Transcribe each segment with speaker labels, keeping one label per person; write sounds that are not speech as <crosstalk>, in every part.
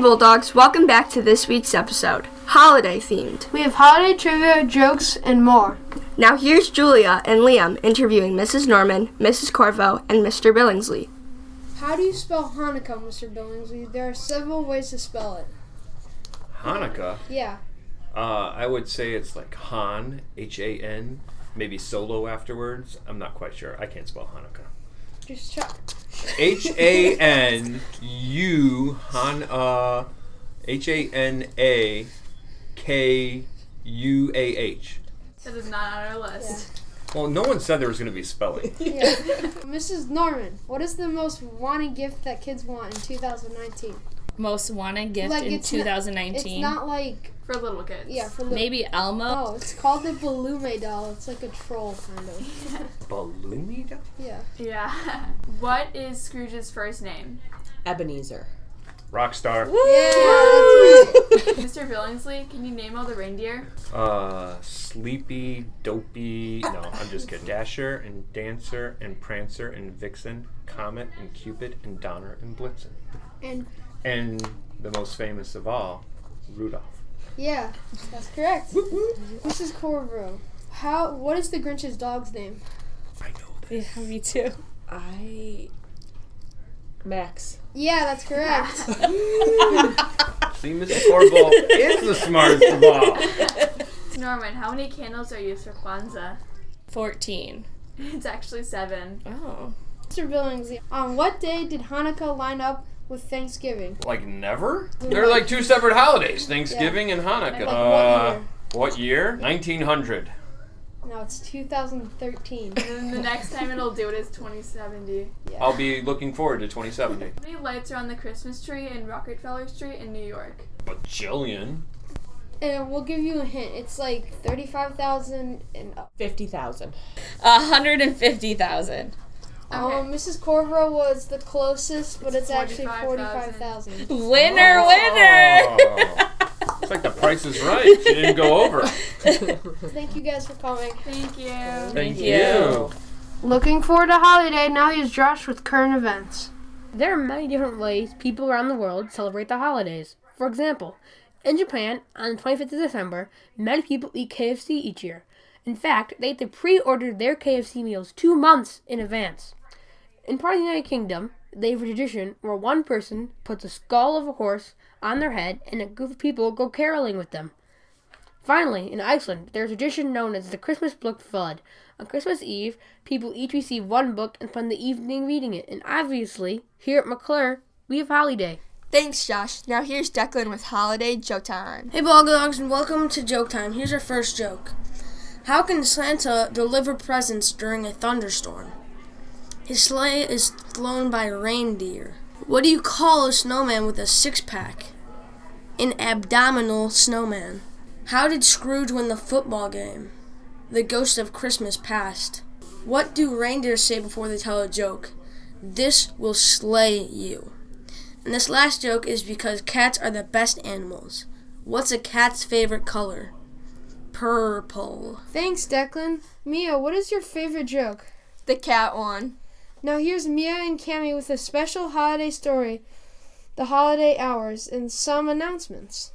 Speaker 1: Bulldogs, welcome back to this week's episode, holiday themed.
Speaker 2: We have holiday trivia, jokes, and more.
Speaker 1: Now here's Julia and Liam interviewing Mrs. Norman, Mrs. Corvo, and Mr. Billingsley.
Speaker 2: How do you spell Hanukkah, Mr. Billingsley? There are several ways to spell it.
Speaker 3: Hanukkah.
Speaker 2: Yeah.
Speaker 3: Uh, I would say it's like Han, H A N, maybe solo afterwards. I'm not quite sure. I can't spell Hanukkah.
Speaker 2: Just check.
Speaker 3: H
Speaker 2: <laughs>
Speaker 3: A N U Han uh H A N A K U A H.
Speaker 4: That is not on our list.
Speaker 3: Well, no one said there was going to be spelling.
Speaker 2: Yeah. Mrs. Norman, what is the most wanted gift that kids want in 2019?
Speaker 5: most wanted gift
Speaker 2: Like,
Speaker 5: in
Speaker 2: it's not- It's
Speaker 5: 2019.
Speaker 2: not like,
Speaker 4: For little kids.
Speaker 2: yeah, for little.
Speaker 5: Maybe Elmo.
Speaker 2: No, it's called the Balloon doll. It's like a troll, kind of.
Speaker 3: Balloony doll?
Speaker 2: Yeah.
Speaker 4: Yeah. <laughs> What is Scrooge's first name?
Speaker 6: Ebenezer.
Speaker 3: Rockstar.
Speaker 4: Mr. Billingsley, can you name all the reindeer?
Speaker 3: Uh, sleepy, dopey. No, I'm just kidding. Dasher and Dancer and Prancer and Vixen, Comet and Cupid and Donner and Blitzen.
Speaker 2: And-
Speaker 3: and the most famous of all, Rudolph.
Speaker 2: Yeah, that's correct. Mrs. Corvo, how? What is the Grinch's dog's name?
Speaker 3: I know that.
Speaker 2: Oh.
Speaker 5: Yeah, <laughs> me too.
Speaker 6: I. Max.
Speaker 2: Yeah, that's correct.
Speaker 3: See, Mrs. Corvo is the smartest of all.
Speaker 4: Norman, how many candles are used for Kwanzaa? <laughs>
Speaker 5: 14.
Speaker 4: It's actually seven.
Speaker 5: Oh.
Speaker 2: Mr. Billingsley, on what day did Hanukkah line up with Thanksgiving?
Speaker 3: Like never? They're like two separate holidays, Thanksgiving and Hanukkah.
Speaker 2: Like
Speaker 3: Uh,
Speaker 2: what
Speaker 3: what year? 1900.
Speaker 2: year? No, it's 2013.
Speaker 4: And then the next time it'll do it is 2070.
Speaker 3: I'll be looking forward to 2070.
Speaker 4: How many lights are on the Christmas tree in Rockefeller Street in New York?
Speaker 3: Bajillion.
Speaker 2: and we'll give you a hint. It's like 35,000 and up.
Speaker 6: 50,000.
Speaker 5: 150,000.
Speaker 2: Um, Mrs. Corvo was the closest, but it's, actually
Speaker 4: 45,000.
Speaker 2: 45,000.
Speaker 5: Winner,
Speaker 3: Oh.
Speaker 5: winner!
Speaker 3: It's like the price is right. She didn't go over.
Speaker 2: Thank you guys for coming.
Speaker 4: Thank you.
Speaker 3: Thank
Speaker 5: you.
Speaker 2: Looking forward to holiday. Now here's Josh with current events.
Speaker 7: There are many different ways people around the world celebrate the holidays. For example, in Japan, on the 25th of December, many people eat KFC each year. In fact, they have to pre order their KFC meals two months in advance. In part of the United Kingdom, they have a tradition where one person puts a skull of a horse on their head and a group of people go caroling with them. Finally, in Iceland, there's a tradition known as the Christmas book flood. On Christmas Eve, people each receive one book and spend the evening reading it. And obviously, here at McClure, we have holiday.
Speaker 1: Thanks, Josh. Now here's Declan with Holiday Joke Time.
Speaker 8: Hey, ball dogs, and welcome to Joke Time. Here's our first joke. How can Santa deliver presents during a thunderstorm? His sleigh is flown by reindeer. What do you call a snowman with a six pack? An abdominal snowman. How did Scrooge win the football game? The ghost of Christmas past. What do reindeers say before they tell a joke? This will slay you. And this last joke is because cats are the best animals. What's a cat's favorite color? Purple.
Speaker 2: Thanks, Declan. Mia, what is your favorite joke?
Speaker 1: The cat one.
Speaker 2: Now here's Mia and Cami with a special holiday story, the holiday hours, and some announcements.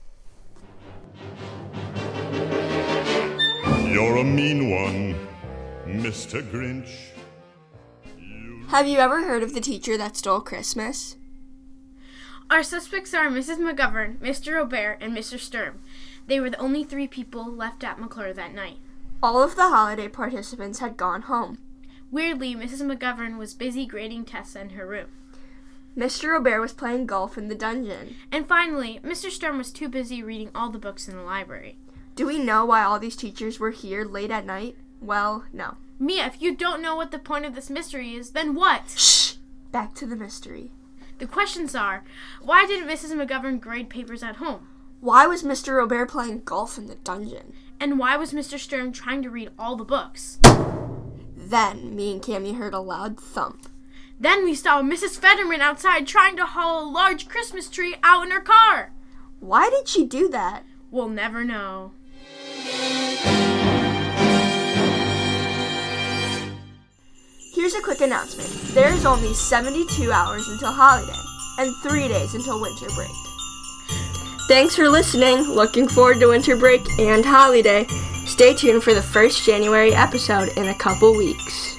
Speaker 9: You're a mean one, Mr. Grinch.
Speaker 1: Have you ever heard of the teacher that stole Christmas?
Speaker 10: Our suspects are Mrs. McGovern, Mr. O'Bear, and Mr. Sturm. They were the only three people left at McClure that night.
Speaker 1: All of the holiday participants had gone home.
Speaker 10: Weirdly, Mrs. McGovern was busy grading tests in her room.
Speaker 1: Mr. Robert was playing golf in the dungeon.
Speaker 10: And finally, Mr. Sturm was too busy reading all the books in the library.
Speaker 1: Do we know why all these teachers were here late at night? Well, no.
Speaker 10: Mia, if you don't know what the point of this mystery is, then what?
Speaker 1: Shh! Back to the mystery.
Speaker 10: The questions are why didn't Mrs. McGovern grade papers at home?
Speaker 1: Why was Mr. Robert playing golf in the dungeon?
Speaker 10: And why was Mr. Sturm trying to read all the books?
Speaker 1: Then me and Cammy heard a loud thump.
Speaker 10: Then we saw Mrs. Fetterman outside trying to haul a large Christmas tree out in her car.
Speaker 1: Why did she do that?
Speaker 10: We'll never know.
Speaker 1: Here's a quick announcement. There is only 72 hours until holiday and 3 days until winter break. Thanks for listening. Looking forward to winter break and holiday. Stay tuned for the first January episode in a couple weeks.